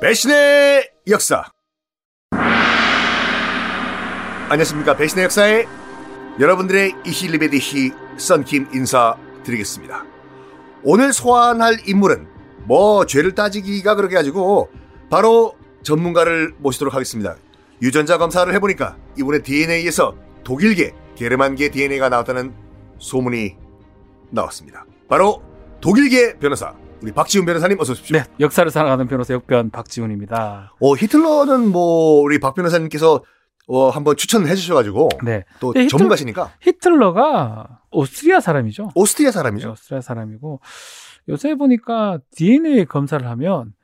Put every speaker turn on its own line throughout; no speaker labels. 배신의 역사. 안녕하십니까. 배신의 역사에 여러분들의 이힐리베디히 썬킴 인사드리겠습니다. 오늘 소환할 인물은 뭐 죄를 따지기가 그렇게 가지고 바로 전문가를 모시도록 하겠습니다. 유전자 검사를 해보니까 이번에 DNA에서 독일계 게르만계 DNA가 나왔다는 소문이 나왔습니다. 바로 독일계 변호사 우리 박지훈 변호사님 어서 오십시오.
네, 역사를 살아가는 변호사 역변 박지훈입니다.
어, 히틀러는 뭐 우리 박 변호사님께서 어, 한번 추천해 주셔가지고
네,
또
네, 히틀-
전문가시니까
히틀러가 오스트리아 사람이죠.
오스트리아
네,
사람이죠.
오스트리아 사람이고 요새 보니까 DNA 검사를 하면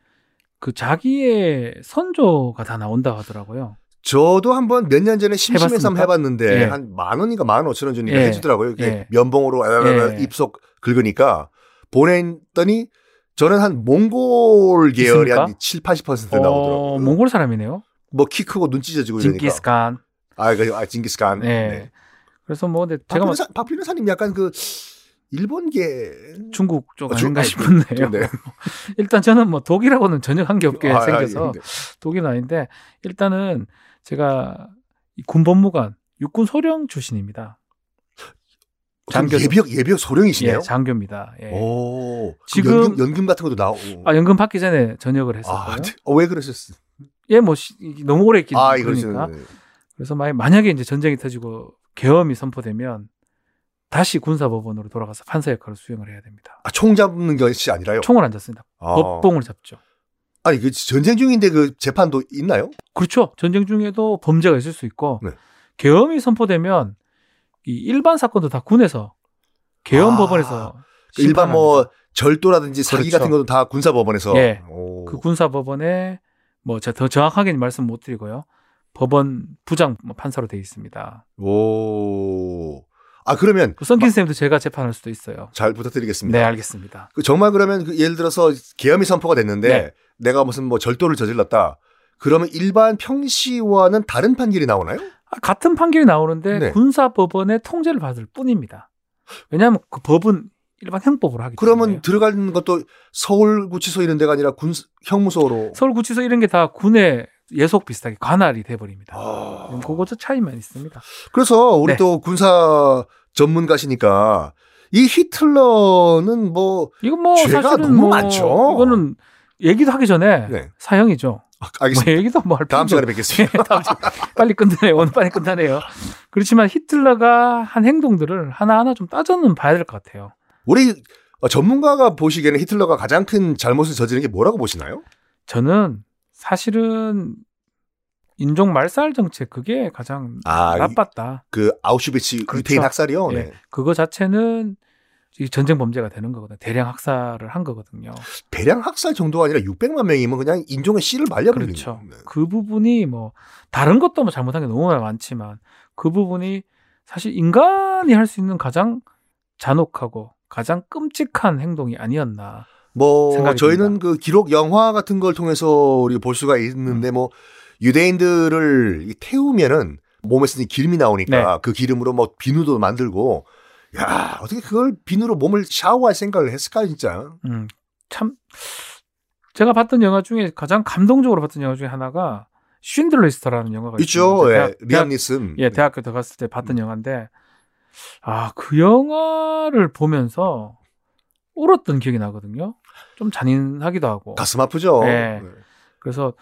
그 자기의 선조가 다 나온다 하더라고요.
저도 한번 몇 년 전에 심심해서 한번
해봤습니까?
해봤는데
예.
한 만 원인가 만 오천 원 주니까
예.
해주더라고요. 이렇게
예.
면봉으로
예.
입속 긁으니까 보냈더니 저는 한 몽골 계열이
있습니까?
한 7, 80%
어,
네, 나오더라고요.
몽골 사람이네요.
뭐 키 크고 눈 찢어지고 이러니까.
징기스칸.
아, 그, 아, 징기스칸.
네.
네. 아,
그래서 뭐 근데
박
제가 막
변호사, 박 변호사님 약간 그 일본계
중국 쪽
아, 중-
아닌가
아,
싶은데요.
네.
일단 저는 뭐 독일하고는 전혀 관계없게
아, 아,
생겨서
예, 네.
독일 아닌데 일단은 제가 이 군법무관 육군 소령 출신입니다.
그럼
장교죠.
예비역 예비역 소령이시네요.
예, 장교입니다. 예.
오, 지금
지금-
연금, 연금 같은 것도 나오고.
아 연금 받기 전에 전역을 했었고요.
네. 어, 왜 그러셨어?
예, 뭐 시- 이게 너무 오래 있기
아, 이거
그러니까.
네.
그래서 만약 만약에 이제 전쟁이 터지고 계엄이 선포되면 다시 군사법원으로 돌아가서 판사 역할을 수행을 해야 됩니다.
아, 총 잡는 것이 아니라요.
총을 안 잡습니다.
아.
법봉을 잡죠.
아니 그 전쟁 중인데 그 재판도 있나요?
그렇죠. 전쟁 중에도 범죄가 있을 수 있고
네.
계엄이 선포되면 이 일반 사건도 다 군에서 계엄
아,
법원에서
그 일반 뭐 절도라든지 사기
그렇죠.
같은 것도 다 군사법원에서.
예.
오.
그 군사 법원에 뭐더 정확하게는 말씀 못 드리고요. 법원 부장 뭐 판사로 되어 있습니다.
오. 아 그러면
그 썬킨 쌤도 제가 재판할 수도 있어요.
잘 부탁드리겠습니다.
네, 알겠습니다.
그 정말 그러면 그 예를 들어서 계엄이 선포가 됐는데
네.
내가 무슨 뭐 절도를 저질렀다. 그러면 일반 평시와는 다른 판결이 나오나요?
아, 같은 판결이 나오는데
네.
군사 법원의 통제를 받을 뿐입니다. 왜냐하면 그 법은 일반 행법으로 하기 때문에.
그러면 들어가는 것도 서울구치소 이런 데가 아니라 군 형무소로.
서울구치소 이런 게 다 군의 예속 비슷하게 관할이 돼버립니다.
아.
음, 그거죠 차이만 있습니다.
그래서 우리
네.
또 군사 전문가시니까 이 히틀러는 뭐
이거 뭐
죄가
사실은
너무
뭐
많죠.
이거는 얘기도 하기 전에
네.
사형이죠.
아,
뭐
알겠습니다.
얘기도 뭐할 네.
다음 시간에 뵙겠습니다.
다음 주- 빨리 끝내요. 오늘 빨리 끝나네요. 그렇지만 히틀러가 한 행동들을 하나하나 좀 따져는 봐야 될 것 같아요.
우리 어, 전문가가 보시기에는 히틀러가 가장 큰 잘못을 저지른 게 뭐라고 보시나요?
저는 사실은 인종 말살 정책 그게 가장
아, 이-
나빴다.
그 아우슈비츠
그렇죠.
유태인 학살이요.
예.
네.
그거 자체는 이 전쟁 범죄가 되는 거거든요. 대량 학살을 한 거거든요.
배량 학살 정도가 아니라 600만 명이면 그냥 인종의 씨를 말려버리는
그렇죠.
거예요. 네.
그 부분이 뭐 다른 것도 뭐 잘못한 게 너무 많지만 그 부분이 사실 인간이 할 수 있는 가장 잔혹하고 가장 끔찍한 행동이 아니었나.
뭐
생각이
저희는 그 기록 영화 같은 걸 통해서 우리 볼 수가
음.
있는데 뭐 유대인들을 이 태우면은 몸에서 이 기름이
네.
나오니까 그 기름으로 뭐 비누도 만들고 야 어떻게 그걸 비누로 몸을 샤워할 생각을 했을까 진짜
음, 참 제가 봤던 영화 중에 가장 감동적으로 봤던 영화 중에 하나가 쉰들리스트라는 영화가
있죠 예,
있습니다.
음.
대학- 대학-
리암 니슨
예, 대학교 들어갔을 때 봤던 영화인데, 아, 그 영화를 보면서 울었던 기억이 나거든요. 좀 잔인하기도 하고.
가슴 아프죠
예. 그래서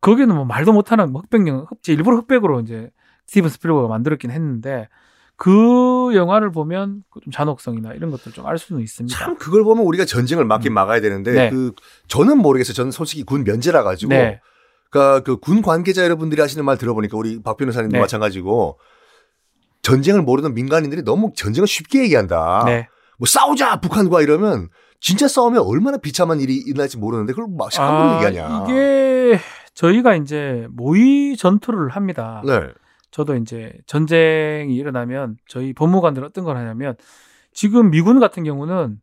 거기는 뭐 말도 못하는 뭐 흑백 영화, 흑- 일부러 흑백으로 이제 스티븐 스필버가 만들었긴 했는데, 그 영화를 보면 그좀 잔혹성이나 이런 것들 좀 알 수는 있습니다.
참 그걸 보면 우리가 전쟁을 막긴
음.
막아야 되는데
네.
그 저는 모르겠어요 저는 솔직히 군 면제라 가지고
네.
그러니까 그 군 관계자 여러분들이 하시는 말 들어보니까 우리 박 변호사님도
네.
마찬가지고 전쟁을 모르는 민간인들이 너무 전쟁을 쉽게 얘기한다.
네.
뭐 싸우자 북한과 이러면 진짜 싸우면 얼마나 비참한 일이 일어날지 모르는데 그걸 막 함부로
아,
얘기하냐.
이게 저희가 이제 모의 전투를 합니다.
네.
저도 이제 전쟁이 일어나면 저희 법무관들은 어떤 걸 하냐면 지금 미군 같은 경우는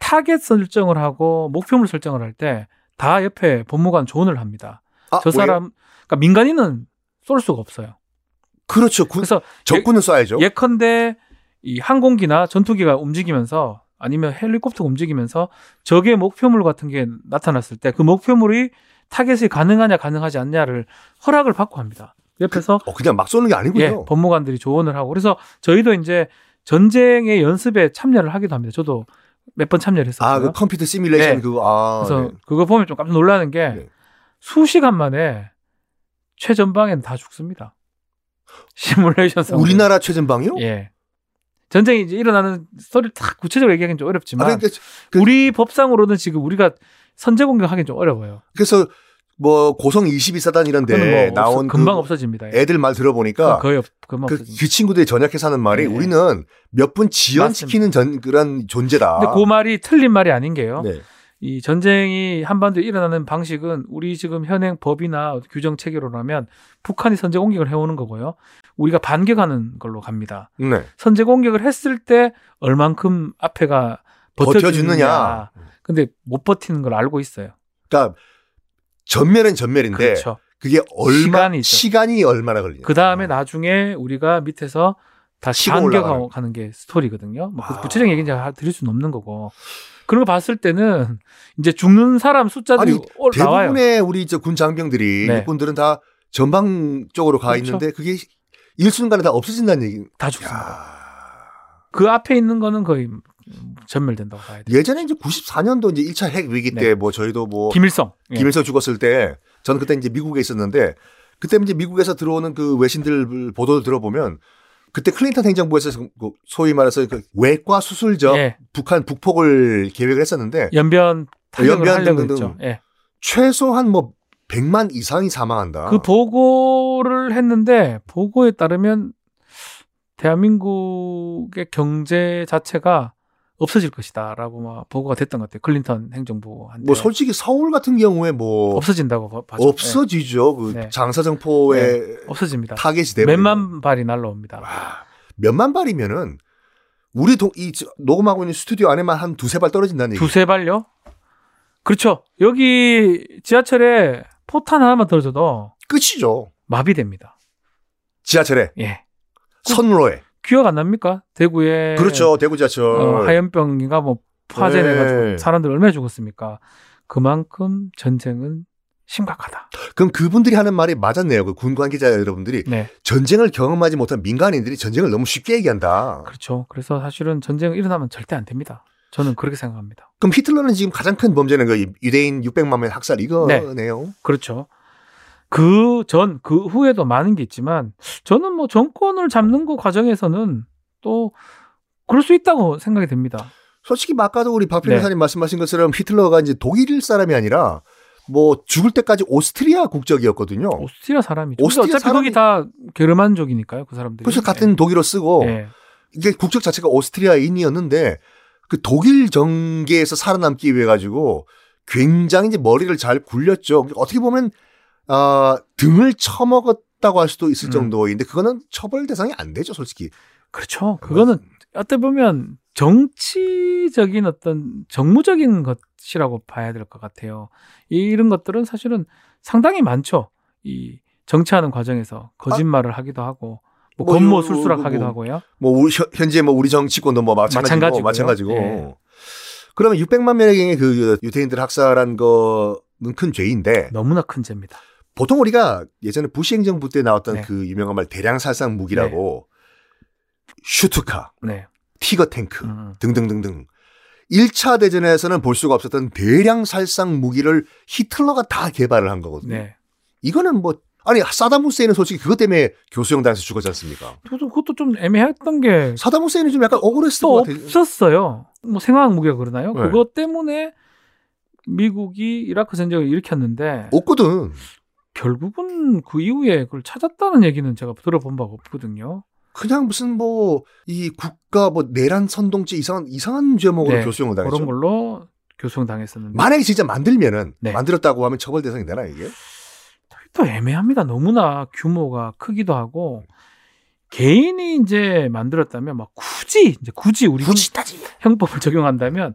타겟 설정을 하고 목표물 설정을 할 때 다 옆에 법무관 조언을 합니다.
아,
저
왜요?
사람, 그러니까 민간인은 쏠 수가 없어요.
그렇죠. 군
그래서 예,
적군은 쏴야죠.
예컨대 이 항공기나 전투기가 움직이면서 아니면 헬리콥터가 움직이면서 적의 목표물 같은 게 나타났을 때 그 목표물이 타겟이 가능하냐 가능하지 않냐를 허락을 받고 합니다. 옆에서
어, 그냥 막 쏘는 게
예,
아니군요.
법무관들이 조언을 하고 그래서 저희도 이제 전쟁의 연습에 참여를 하기도 합니다. 저도 몇 번 참여를 했었고요.
아, 그 컴퓨터 시뮬레이션
네.
그거, 아.
그래서
네.
그거 보면 좀 깜짝 놀라는 게
네.
수시간 만에 최전방엔 다 죽습니다. 시뮬레이션 상황.
우리나라 최전방이요?
예. 전쟁이 이제 일어나는 스토리를 다 구체적으로 얘기하기는 좀
아,
어렵지만
그러니까 그-
우리 법상으로는 지금 우리가 선제 공격하기 좀 어려워요.
그래서 뭐 고성 22사단이란데
그거는 뭐 없어-
나온 그
금방 없어집니다. 예.
애들 말 들어보니까
거의 없, 금방
그,
없어집니다.
그 친구들이 전역해서 하는 말이
네.
우리는 몇 분 지연시키는 전, 그런 존재다.
근데 그 말이 틀린 말이 아닌 게요.
아. 네.
이 전쟁이 한반도에 일어나는 방식은 우리 지금 현행 법이나 규정 체계로라면 북한이 선제 공격을 해오는 거고요. 우리가 반격하는 걸로 갑니다.
네.
선제 공격을 했을 때 얼만큼 앞에가 버텨주느냐.
버텨주느냐.
근데 못 버티는 걸 알고 있어요.
그러니까 전멸은 전멸인데
그렇죠.
그게 얼마
시간이죠.
시간이 얼마나 걸리냐.
그 다음에 나중에 우리가 밑에서 다시
치고
반격하고
올라가는.
가는 게 스토리거든요. 뭐 그-
아.
구체적인 얘기는 제가 드릴 수는 없는 거고. 그런 거 봤을 때는 이제 죽는 사람 숫자들이
아니,
올- 나와요.
대부분의 우리 저군 장병들이
네.
육군들은 다 전방 쪽으로 가
그렇죠.
있는데 그게 일순간에 다 없어진다는 얘기.
다 죽습니다.
야.
그 앞에 있는 거는 거의 음, 전멸된다고 봐야 돼요.
예전에 이제 94년도 이제 1차 핵 위기
네.
때 뭐 저희도 뭐
김일성. 예.
김일성 죽었을 때 저는 그때 이제 미국에 있었는데 그때 이제 미국에서 들어오는 그 외신들 보도를 들어보면 그때 클린턴 행정부에서 그 소위 말해서 그 외과 수술적
예.
북한 북폭을 계획을 했었는데
연변 타격을
연변
하려고
등등.
했죠. 예.
최소한 뭐 100만 이상이 사망한다.
그 보고를 했는데 보고에 따르면 대한민국의 경제 자체가 없어질 것이다라고 막 보고가 됐던 것 같아요. 클린턴 행정부한테
뭐 솔직히 서울 같은 경우에 뭐
네. 없어진다고 봐- 봐죠. 예,
없어지죠. 그
네.
장사정포의
없어집니다.
타겟이 되고
몇만 발이 날라옵니다.
와, 몇만 발이면은 우리 동, 이 저- 녹음하고 있는 스튜디오 안에만 한 두세 발 떨어진다는 얘기.
두세 발요? 그렇죠. 여기 지하철에 포탄 하나만 떨어져도
끝이죠.
마비됩니다.
지하철에
예.
선로에.
기억 안 납니까? 대구에
그렇죠. 대구 지하철.
네. 어, 하염병인가 뭐 파전해가지고
네.
사람들 얼마나 죽었습니까? 그만큼 전쟁은 심각하다.
그럼 그분들이 하는 말이 맞았네요. 그 군 관계자 여러분들이
네,
전쟁을 경험하지 못한 민간인들이 전쟁을 너무 쉽게 얘기한다.
그렇죠. 그래서 사실은 전쟁 일어나면 절대 안 됩니다. 저는 그렇게 생각합니다.
그럼 히틀러는 지금 가장 큰 범죄는 그 유대인 600만 명 학살 이거네요.
그렇죠. 그 전 그 후에도 많은 게 있지만 저는 뭐 정권을 잡는 거 과정에서는 또 그럴 수 있다고 생각이 됩니다.
솔직히 아까도 우리 박
네.
변호사님 말씀하신 것처럼 히틀러가 이제 독일 사람이 아니라 뭐 죽을 때까지 오스트리아 국적이었거든요.
오스트리아 사람이죠.
어. 오스트리아
근데 어차피 거기 다 게르만족이니까 그 사람들이.
벌써 같은 독일어 쓰고
예. 예.
이게 국적 자체가 오스트리아인이었는데 그 독일 정계에서 살아남기 위해 가지고 굉장히 이제 머리를 잘 굴렸죠. 어떻게 보면 아 등을 처먹었다고 할 수도 있을
음.
정도인데 그거는 처벌 대상이 안 되죠, 솔직히.
그렇죠.
아,
그거는 어떻게 보면 정치적인 어떤 정무적인 것이라고 봐야 될 것 같아요. 이- 이런 것들은 사실은 상당히 많죠. 이 정치하는 과정에서 거짓말을 하기도 하고
아.
뭐
뭐
겉모
요-
술수락
요-
하기도
뭐
하고요.
뭐 우리 현- 현재 뭐 우리 정치권도 뭐 마찬가지고
마찬가지고요.
마찬가지고.
예.
그러면 600만 명의 그 유대인들 학살한 거는 큰 죄인데
너무나 큰 죄입니다.
보통 우리가 예전에 부시 행정부 때 나왔던
네.
그 유명한 말 대량 살상 무기라고 슈투카,
네.
티거 탱크
음.
등등등등. 1차 대전에서는 볼 수가 없었던 대량 살상 무기를 히틀러가 다 개발을 한 거거든요.
네.
이거는 뭐 아니 사담 후세인은 솔직히 그것 때문에 교수형 당해서 죽었지 않습니까?
그것도, 그것도 좀 애매했던 게 또
사담 후세인은 좀 약간 억울했을 것 같아요.
없었어요. 뭐 생화학 무기가 그러나요?
네.
그것 때문에 미국이 이라크 전쟁을 일으켰는데
없거든.
결국은 그 이후에 그걸 찾았다는 얘기는 제가 들어본 바가 없거든요.
그냥 무슨 뭐 이 국가 뭐 내란 선동죄 이상한 이상한 제목으로
네,
교수형
그런
당했죠.
걸로 교수형 당했었는데
만약에 진짜 만들면은
네.
만들었다고 하면 처벌 대상이 되나 이게?
또 애매합니다. 너무나 규모가 크기도 하고 개인이 이제 만들었다면 막 굳이 이제 굳이 우리 형-
따지.
형법을 적용한다면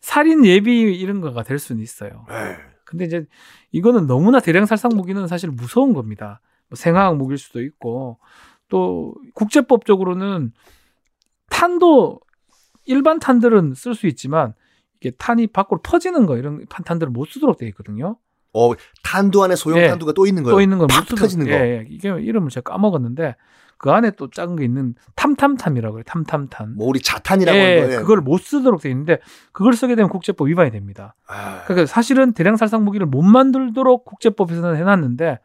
살인 예비 이런 거가 될 수는 있어요.
네.
근데 이제 이거는 너무나 대량 살상 무기는 사실 무서운 겁니다. 뭐 생화학 무기일 수도 있고 또 국제법적으로는 탄도 일반 탄들은 쓸 수 있지만 이게 탄이 밖으로 퍼지는 거 이런 탄들을 못 쓰도록 돼 있거든요.
어, 탄두 안에 소형
예.
탄두가 또 있는 거예요.
또 있는 건
팍
무슨
터지는 거.
예, 예. 이게 이름을 제가 까먹었는데 그 안에 또 작은 게 있는 탐탐탐이라고 해요. 탐탐탐.
뭐 우리 자탄이라고
예,
하는 거예요.
그걸 못 쓰도록 돼 있는데 그걸 쓰게 되면 국제법 위반이 됩니다.
아,
그러니까 사실은 대량 살상 무기를 못 만들도록 국제법에서는 해놨는데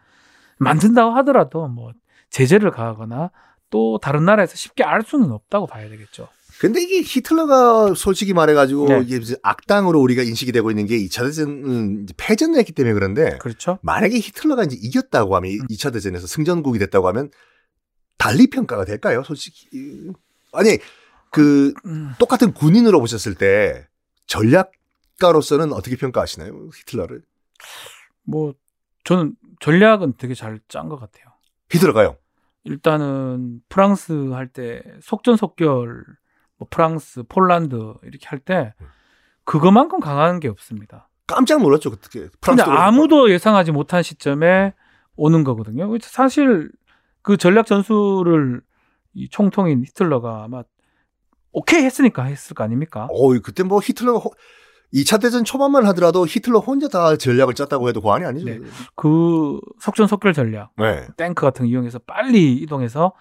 만든다고 하더라도 뭐 제재를 가하거나 또 다른 나라에서 쉽게 알 수는 없다고 봐야 되겠죠.
근데 이게 히틀러가 솔직히 말해가지고
네.
이게 이제 악당으로 우리가 인식이 되고 있는 게 2차 대전은 음, 이제 패전을 했기 때문에 그런데
그렇죠?
만약에 히틀러가 이제 이겼다고 하면
음.
이 2차 대전에서 승전국이 됐다고 하면 달리 평가가 될까요? 솔직히 아니 그
음,
똑같은 군인으로 보셨을 때 전략가로서는 어떻게 평가하시나요? 히틀러를
뭐 저는 전략은 되게 잘 짠 것 같아요.
히틀러가요.
일단은 프랑스 할 때 속전속결 뭐 프랑스, 폴란드 이렇게 할 때 그거만큼 강한 게 없습니다.
깜짝 놀랐죠 그때
근데
프랑스
아무도 예상하지 못한 시점에 오는 거거든요. 사실 그 전략 전술을 이 총통인 히틀러가 아마 오케이 했으니까 했을 거 아닙니까?
어 그때 뭐 히틀러가 호- 2차 대전 초반만 하더라도 히틀러 혼자 다 전략을 짰다고 해도 과언이 아니죠.
네. 그 속전속결 전략,
네.
탱크 같은 거 이용해서 빨리 이동해서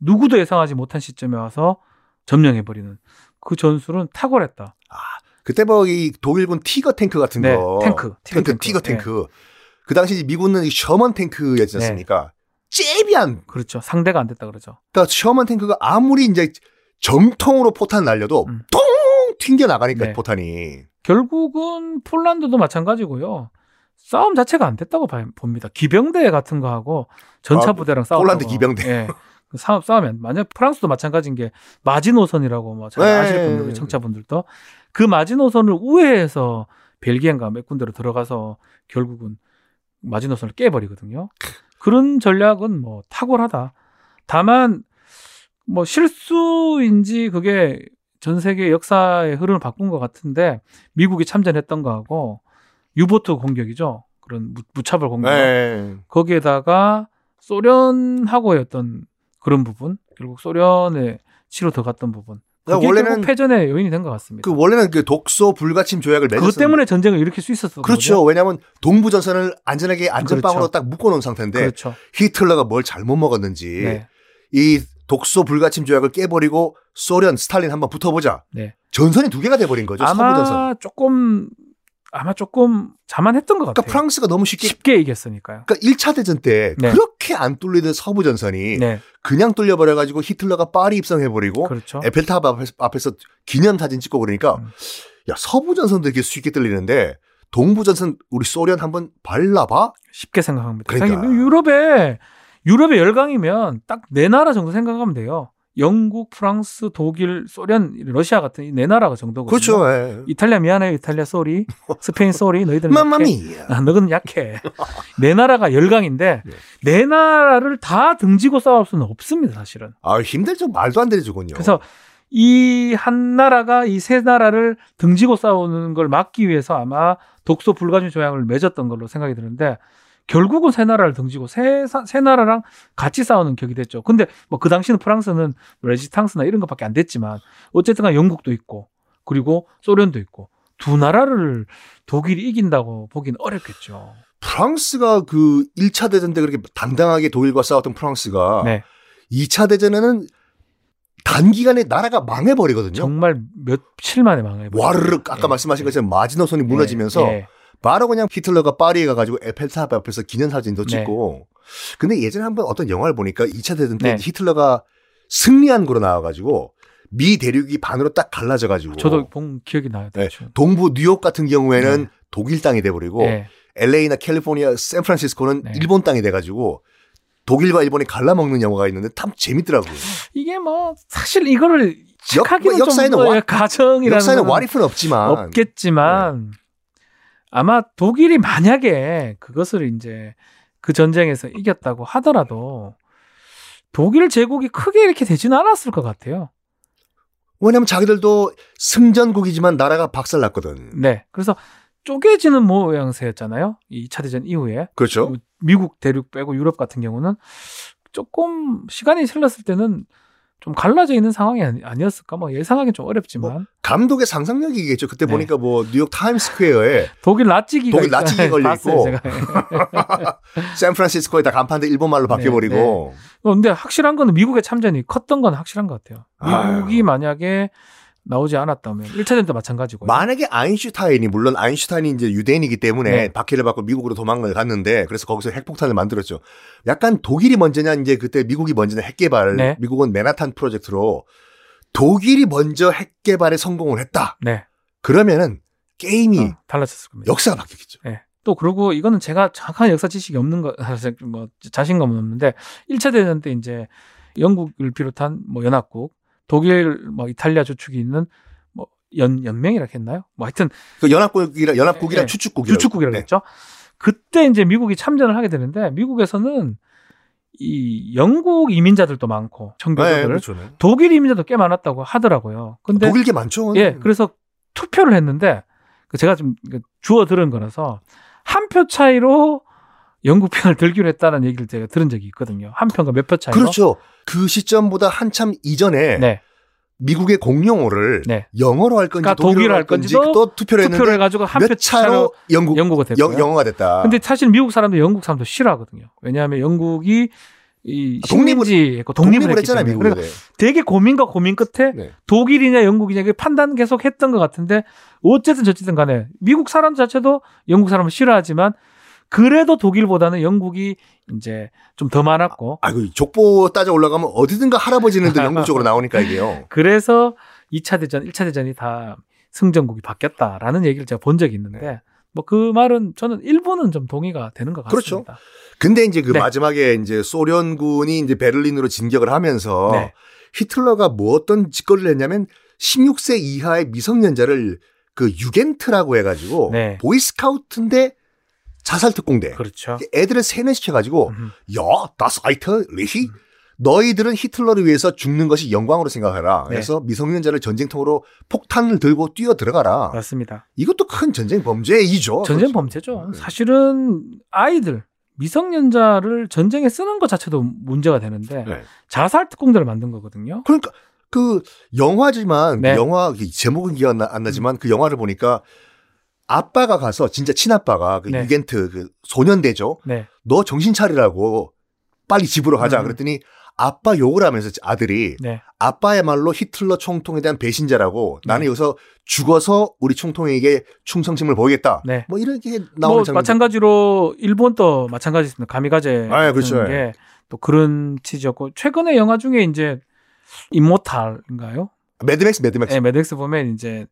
누구도 예상하지 못한 시점에 와서 점령해 버리는 그 전술은 탁월했다.
그때 뭐 이 독일군 티거 탱크 같은
네,
거.
탱크, 티거
탱크,
탱크.
티거 탱크. 그 당시 이제 미군은 이 셔먼 탱크였지
네.
않습니까? 잽이안.
그렇죠. 상대가 안 됐다 그러죠.
그러니까 셔먼 탱크가 아무리 이제 정통으로 포탄 날려도
음.
똥 튕겨 나가니까
네.
포탄이.
결국은 폴란드도 마찬가지고요. 싸움 자체가 안 됐다고 봐요- 봅니다. 기병대 같은 거하고 전차
아,
부대랑 싸우
폴란드 기병대.
예. 그 싸움 싸움이 안- 만약 프랑스도 마찬가지인 게 마지노선이라고 뭐잘
네.
아실 분들 우리 청자분들도 그 마지노선을 우회해서 벨기엔가 몇 군데로 들어가서 결국은 마지노선을 깨버리거든요. 그런 전략은 뭐 탁월하다. 다만 뭐 실수인지 그게 전 세계 역사의 흐름을 바꾼 것 같은데 미국이 참전했던 거하고 유보트 공격이죠. 그런 무- 무차별 공격.
네.
거기에다가 소련하고의 어떤 그런 부분, 결국 소련의 치로 들어갔던 부분. 그게
그러니까
원래는
원래는
패전의 요인이 된 것 같습니다.
그 원래는 그 독소 불가침 조약을 맺었
그것 때문에 전쟁을 일으킬 수 있었던
그렇죠.
거죠.
왜냐하면 동부 전선을 안전하게 안전빵으로
그렇죠.
딱 묶어놓은 상태인데
그렇죠.
히틀러가 뭘 잘못 먹었는지
네.
이 독소 불가침 조약을 깨버리고 소련 스탈린 한번 붙어보자.
네.
전선이 두 개가 돼버린 거죠. 서부 전선.
아마 조금 아마 조금 자만했던 것 같아요.
그러니까 프랑스가 너무 쉽게
네. 쉽게 이겼으니까요.
그러니까 1차 대전 때
네.
그렇게 안 뚫리던 서부 전선이
네,
그냥 뚫려 버려 가지고 히틀러가 파리 입성해 버리고
그렇죠.
에펠탑 앞에서, 앞에서 기념 사진 찍고 그러니까
음.
야, 서부 전선도 이렇게 쉽게 뚫리는데 동부 전선 우리 소련 한번 발라 봐.
쉽게 생각합니다.
그러니까.
당연히 유럽에 유럽의 열강이면 딱 네 나라 정도 생각하면 돼요. 영국, 프랑스, 독일, 소련, 러시아 같은 이네 나라가 정도거든요.
그렇죠. 예.
이탈리아 미안해요. 이탈리아 쏘리. 스페인 쏘리. 너희들은 약해.
맘마미야.
아, 너는 약해. 네 나라가 열강인데
네.
네 나라를 다 등지고 싸울 수는 없습니다, 사실은.
아, 힘들죠. 말도 안 되죠군요.
그래서 이 한 나라가 이 세 나라를 등지고 싸우는 걸 막기 위해서 아마 독소 불가침 조약을 맺었던 걸로 생각이 드는데 결국은 세 나라를 등지고 세, 사- 세 나라랑 같이 싸우는 격이 됐죠. 근데 뭐 그 당시는 프랑스는 뭐 레지탕스나 이런 것밖에 안 됐지만 어쨌든 간 영국도 있고 그리고 소련도 있고 두 나라를 독일이 이긴다고 보기는 어렵겠죠.
프랑스가 그 1차 대전 때 그렇게 당당하게 독일과 싸웠던 프랑스가
네.
2차 대전에는 단기간에 나라가 망해 버리거든요.
정말 며칠 만에 예. 망해.
와르륵 아까 말씀하신 것처럼
예.
마지노선이 무너지면서 바로 그냥 히틀러가 파리에 가가지고 에펠탑 앞에서 기념사진도
네.
찍고 근데 예전에 한번 어떤 영화를 보니까 2차 대전 때
네.
히틀러가 승리한 거로 나와가지고 미 대륙이 반으로 딱 갈라져가지고
저도 본 기억이 나요.
네.
대충.
동부 뉴욕 같은 경우에는
네.
독일 땅이 돼버리고
예.
LA나 캘리포니아 샌프란시스코는
네.
일본 땅이 돼가지고 독일과 일본이 갈라먹는 영화가 있는데 참 재밌더라고요.
이게 뭐 사실 이거를
역-
착하기는
뭐 역사에는
좀
와-
가정이라는
역사에는
거는
와리프는 없지만
없겠지만 아마 독일이 만약에 그것을 이제 그 전쟁에서 이겼다고 하더라도 독일 제국이 크게 이렇게 되지는 않았을 것 같아요.
왜냐면 자기들도 승전국이지만 나라가 박살났거든.
네. 그래서 쪼개지는 모양새였잖아요. 이 2차 대전 이후에.
그렇죠.
미국 대륙 빼고 유럽 같은 경우는 조금 시간이 흘렀을 때는 좀 갈라져 있는 상황이 아니- 아니었을까? 뭐 예상하기 좀 어렵지만
감독의 상상력이겠죠. 그때
네.
보니까 뭐 뉴욕 타임스퀘어에
독일 라찌기가
독일
있다-
라찌기 걸려
봤어요,
있고.
제가.
샌프란시스코에다 간판도
네,
일본말로 바뀌어버리고
근데 확실한 건 미국의 참전이 컸던 건 확실한 것 같아요.
아유.
미국이 만약에 나오지 않았다면 1차전도 마찬가지고요.
만약에 아인슈타인이 물론 아인슈타인이 이제 유대인이기 때문에
네.
박해를 받고 미국으로 도망을 갔는데 그래서 거기서 핵폭탄을 만들었죠. 약간 독일이 먼저냐 이제 그때 미국이 먼저냐 핵개발
네.
미국은 맨하탄 프로젝트로 독일이 먼저 핵개발에 성공을 했다.
네.
그러면은 게임이
어, 달라졌을 겁니다.
역사가 바뀌겠죠.
또 그리고 이거는 제가 정확한 역사 지식이 없는 거 사실 뭐 자신감은 없는데 1차 대전 때 이제 영국을 비롯한 뭐 연합국, 독일 뭐 이탈리아 조축이 있는 뭐 연 연맹이라 했나요? 뭐 하여튼
그 연합국이랑 연합국이랑
네.
추축국이랑
주축국이라고 했죠. 그때 이제 미국이 참전을 하게 되는데 미국에서는 이 영국 이민자들도 많고 청교도들
네, 그렇죠. 네.
독일 이민자도 꽤 많았다고 하더라고요. 근데
독일계 많죠.
예, 그래서 투표를 했는데 그 제가 좀 주워 들은 거라서 한 표 차이로 영국 편을 들기로 했다는 얘기를 제가 들은 적이 있거든요. 한 표가 몇 표 차이로?
그렇죠. 그 시점보다 한참 이전에
네.
미국의 공용어를
네.
영어로 할 건지
그러니까
독일어로 할 건지
독일어 할
또 투표를 했는데
투표를 해 가지고 한 표
몇 차로
차로
영국
영국어
영,
됐고요.
영어가 됐다.
근데 사실 미국 사람도 영국 사람도 싫어하거든요. 왜냐하면 영국이 이
아, 독립을-
식민지였고 그 독립을,
독립을
했기
했잖아요,
때문에.
미국에.
그러니까 되게 고민과 고민 끝에
네.
독일이냐 영국이냐 그 판단 계속 했던 것 같은데 어쨌든 저쨌든 간에 미국 사람 자체도 영국 사람을 싫어하지만 그래도 독일보다는 영국이 이제 좀 더 많았고
아이고 족보 따져 올라가면 어디든가 할아버지는 늘 영국 쪽으로 나오니까 이게요.
그래서 2차 대전, 1차 대전이 다 승전국이 바뀌었다라는 얘기를 제가 본 적이 있는데 뭐 그 말은 저는 일본은 좀 동의가 되는 것
네. 그렇죠.
같습니다.
근데 이제 그
네.
마지막에 이제 소련군이 이제 베를린으로 진격을 하면서
네.
히틀러가 뭐 어떤 짓거리를 했냐면 16세 이하의 미성년자를 그 유겐트라고 해가지고
네.
보이스카우트인데 자살특공대
그렇죠.
애들을 세뇌시켜가지고
음.
야, das alte Reich. 너희들은 히틀러를 위해서 죽는 것이 영광으로 생각하라.
네.
그래서 미성년자를 전쟁통으로 폭탄을 들고 뛰어 들어가라.
맞습니다.
이것도 큰 전쟁 범죄이죠.
아. 전쟁
그렇죠.
범죄죠.
네.
사실은 아이들 미성년자를 전쟁에 쓰는 것 자체도 문제가 되는데
네.
자살 특공대를 만든 거거든요.
그러니까 그 영화지만
네.
그 영화 그 제목은 기억 나- 안 나지만 그 영화를 보니까 아빠가 가서 진짜 친아빠가 그
네.
유겐트 그 소년대죠.
네.
너 정신 차리라고 빨리 집으로 가자.
음.
그랬더니 아빠 욕을 하면서 아들이
네.
아빠야말로 히틀러 총통에 대한 배신자라고 나는
네.
여기서 죽어서 우리 총통에게 충성심을 보이겠다.
네.
뭐 이렇게 나오는
뭐
장면.
마찬가지로 일본도 마찬가지였습니다. 가미가제
아, 그렇죠.
같은 게또 그런 취지였고 최근에 영화 중에 이제 이모탈인가요?
매드맥스 매드맥스.
네, 매덱스 보면 이제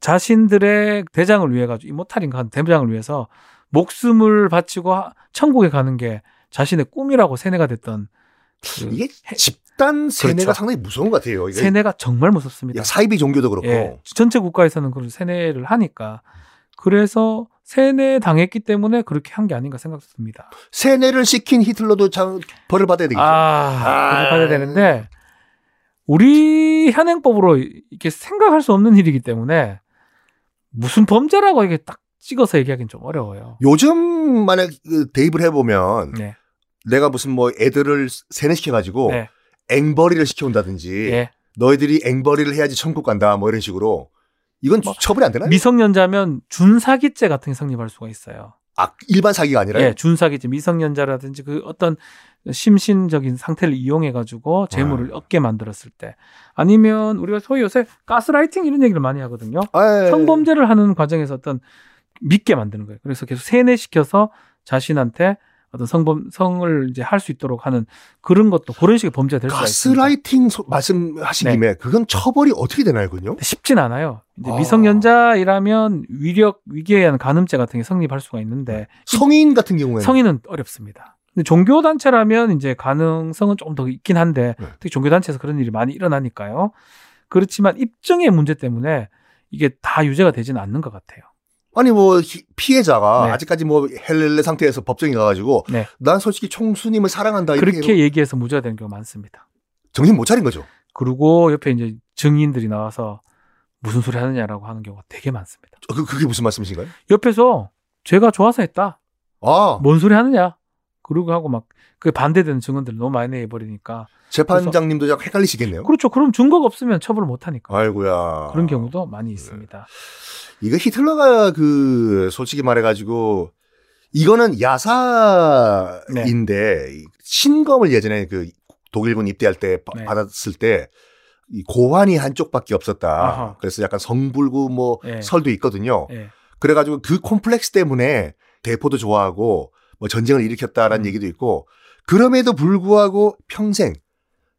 자신들의 대장을 위해 가지고 이모탈인가 한 대장을 위해서 목숨을 바치고 하- 천국에 가는 게 자신의 꿈이라고 세뇌가 됐던 그
이게 집단 세뇌가
그렇죠.
상당히 무서운 것 같아요. 뭐 이게
세뇌가 정말 무섭습니다.
야, 사이비 종교도 그렇고.
예, 전체 국가에서는 그런 세뇌를 하니까 그래서 세뇌 당했기 때문에 그렇게 한 게 아닌가 생각됩니다.
세뇌를 시킨 히틀러도 참 벌을 받아야 되겠죠.
아,
아.
그렇게 받아야 되는데 우리 현행법으로 이렇게 생각할 수 없는 일이기 때문에 무슨 범죄라고 이게 딱 찍어서 얘기하기는 좀 어려워요.
요즘 만약 그 대입을 해보면
네,
내가 무슨 뭐 애들을 세뇌시켜가지고
네.
앵벌이를 시켜온다든지
예.
너희들이 앵벌이를 해야지 천국 간다 뭐 이런 식으로 이건
뭐,
처벌이 안 되나요?
미성년자면 준사기죄 같은 게 성립할 수가 있어요.
아, 일반 사기가 아니라
예, 준사기죄 미성년자라든지 그 어떤 심신적인 상태를 이용해
아.
가지고 재물을 얻게 만들었을 때 아니면 우리가 소위 요새 가스라이팅 이런 얘기를 많이 하거든요.
아, 예.
성범죄를 하는 과정에서 어떤 믿게 만드는 거예요. 그래서 계속 세뇌시켜서 자신한테 어떤 성범 성을 이제 할 수 있도록 하는 그런 것도 그런 식의 범죄가 될 수가 있습니다.
가스라이팅 소- 말씀하신
네.
김에 그건 처벌이 어떻게 되나요, 그건요?
근데 쉽진 않아요. 이제
아.
미성년자이라면 위력 위계에 의한 간음죄 같은 게 성립할 수가
네.
있는데
성인 같은 경우에는
성인은 어렵습니다. 근데 종교 단체라면 이제 가능성은 조금 더 있긴 한데
네.
특히 종교 단체에서 그런 일이 많이 일어나니까요. 그렇지만 입증의 문제 때문에 이게 다 유죄가 되지는 않는 것 같아요.
아니 뭐 히- 피해자가
네.
아직까지 뭐 헬렐레 상태에서 법정에 가가지고
네.
난 솔직히 총수님을 사랑한다 아, 이렇게
그렇게 얘기해서 무죄가 되는 경우가 많습니다.
정신 못 차린 거죠.
그리고 옆에 이제 증인들이 나와서 무슨 소리 하느냐라고 하는 경우가 되게 많습니다.
어, 그, 그게 무슨 말씀이신가요?
옆에서 죄가 좋아서 했다.
아
뭔 소리 하느냐. 그러고 하고 막 그 반대되는 증언들을 너무 많이 내버리니까
재판장님도 약간 헷갈리시겠네요.
그렇죠. 그럼 증거가 없으면 처벌을 못 하니까
아이고야. 네.
그런 경우도 많이 있습니다.
이거 히틀러가 그 솔직히 말해가지고 이거는 야사인데
네.
이 신검을 예전에 그 독일군 입대할 때 바-
네.
받았을 때. 이 고환이 한쪽밖에 없었다.
아하.
그래서 약간 성불구 뭐
예.
설도 있거든요.
예.
그래가지고 그 콤플렉스 때문에 대포도 좋아하고 뭐 전쟁을 일으켰다라는
음.
얘기도 있고 그럼에도 불구하고 평생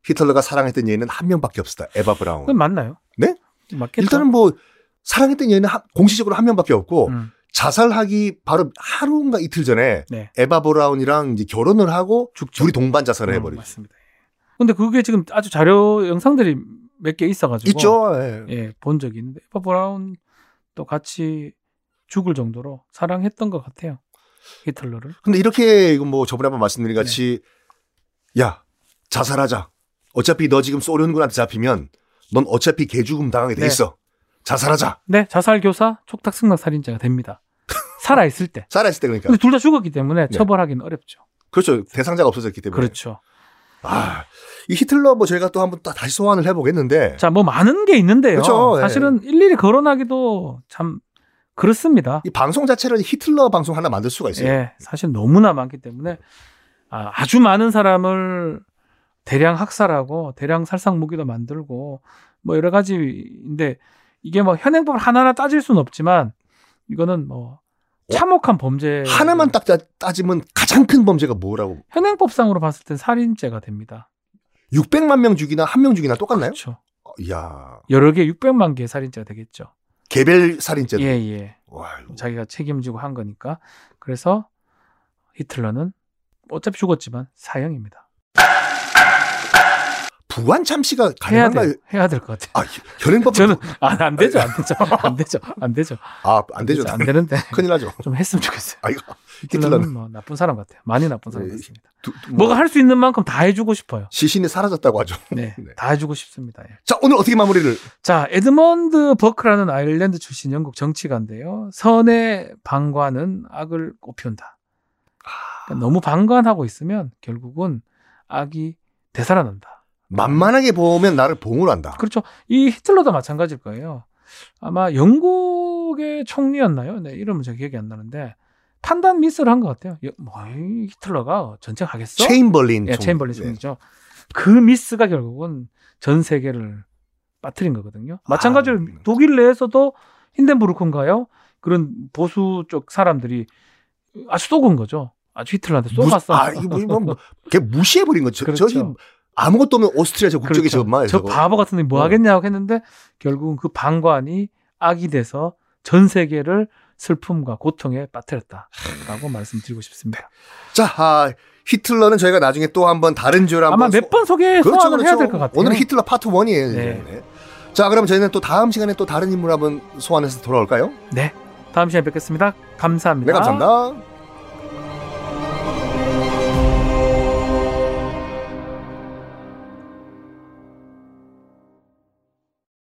히틀러가 사랑했던 여인은 한 명밖에 없었다. 에바 브라운.
그건 맞나요?
네?
맞겠죠.
일단은 뭐 사랑했던 여인은 한- 공식적으로 한 명밖에 없고
음,
자살하기 바로 하루인가 이틀 전에
네.
에바 브라운이랑 이제 결혼을 하고
죽죠.
둘이 동반 자살을
음,
해버리죠.
맞습니다. 근데 그게 지금 아주 자료 영상들이 몇 개 있어가지고
있죠. 예.
예, 본 적이 있는데 에바 브라운 또 같이 죽을 정도로 사랑했던 것 같아요. 히틀러를.
근데 이렇게 이거 뭐 저번에 한번
네.
말씀드린 같이 야 자살하자. 어차피 너 지금 소련군한테 잡히면 넌 어차피 개죽음 당하게 돼
네.
있어. 자살하자.
네, 자살 교사, 촉탁 승낙 살인자가 됩니다. 살아 있을 때.
살아있을 때 그러니까.
근데 둘 다 죽었기 때문에
네.
처벌하기는 어렵죠.
그렇죠. 대상자가 없어졌기 때문에.
그렇죠.
아, 이 히틀러 뭐 저희가 또 한번 다- 다시 소환을 해보겠는데.
자, 뭐 많은 게
네.
있는데요.
그렇죠. 예.
사실은 일일이 거론하기도 참 그렇습니다.
이 방송 자체를 히틀러 방송 하나 만들 수가 있어요.
예, 사실 너무나 많기 때문에 아, 아주 많은 사람을 대량 학살하고 대량 살상 무기도 만들고 뭐 여러 가지인데 이게 뭐 현행법을 하나하나 따질 수는 없지만 이거는 뭐 참혹한 범죄
어? 하나만 딱 따- 따지면 가장 큰 범죄가 뭐라고?
현행법상으로 봤을 땐 살인죄가 됩니다.
600만 명 죽이나 한 명 죽이나 똑같나요?
그렇죠.
어, 이야,
여러 개 600만 개의 살인죄가 되겠죠.
개별 살인죄도.
예, 예.
와, 이거
자기가 책임지고 한 거니까. 그래서 히틀러는 어차피 죽었지만 사형입니다.
부안 참시가
해야 돼.
가능한가요?
해야 될 것 같아요.
아, 현행법
저는 안, 아, 안 되죠, 안 되죠, 안 되죠, 안 되죠.
아, 안 되죠.
안 되는데
큰일 나죠.
좀 했으면 좋겠어요.
아, 이거 히틀러는
히틀러는 뭐 나쁜 사람 같아요. 많이 나쁜 사람
네.
같습니다.
두- 두- 뭐
뭐가 할 수 있는 만큼 다 해주고 싶어요.
시신이 사라졌다고 하죠.
네,
네.
다 해주고 싶습니다. 예.
자, 오늘 어떻게 마무리를?
자, 에드먼드 버크라는 아일랜드 출신 영국 정치가인데요. 선의 방관은 악을 꽃피운다.
아.
그러니까 너무 방관하고 있으면 결국은 악이 되살아난다.
만만하게 보면 나를 봉으로 한다.
그렇죠. 이 히틀러도 마찬가지일 거예요. 아마 영국의 총리였나요? 네, 이름은 제가 기억이 안 나는데 판단 미스를 한 것 같아요. 여- 뭐, 이 히틀러가 전쟁하겠어?
체인벌린.
예,
총-
체인벌린
네.
총리죠. 그 미스가 결국은 전 세계를 빠뜨린 거거든요. 마찬가지로
아.
독일 내에서도 힌덴부르크인가요? 그런 보수 쪽 사람들이 아주 쏘은 거죠. 아주 히틀러한테
무시-
쏘았어.
아, 이게 뭐, 뭐, 뭐, 걔 무시해버린 거죠.
그렇죠.
저기 아무것도 없는 오스트리아 저 국적이 저 말.
저
저거.
바보 같은 놈이 뭐
어.
하겠냐고 했는데 결국은 그 방관이 악이 돼서 전 세계를 슬픔과 고통에 빠뜨렸다라고 말씀드리고
네.
싶습니다.
자, 아, 히틀러는 저희가 나중에 또 한번 다른 주로 한번
아마 몇 번 소개
소-
소환을 그렇죠, 해야 될 것 같아요.
그렇죠, 오늘 히틀러 파트 1이에요.
네.
자, 그럼 저희는 또 다음 시간에 또 다른 인물 한번 소환해서 돌아올까요?
다음 시간에 뵙겠습니다. 아.
네, 감사합니다.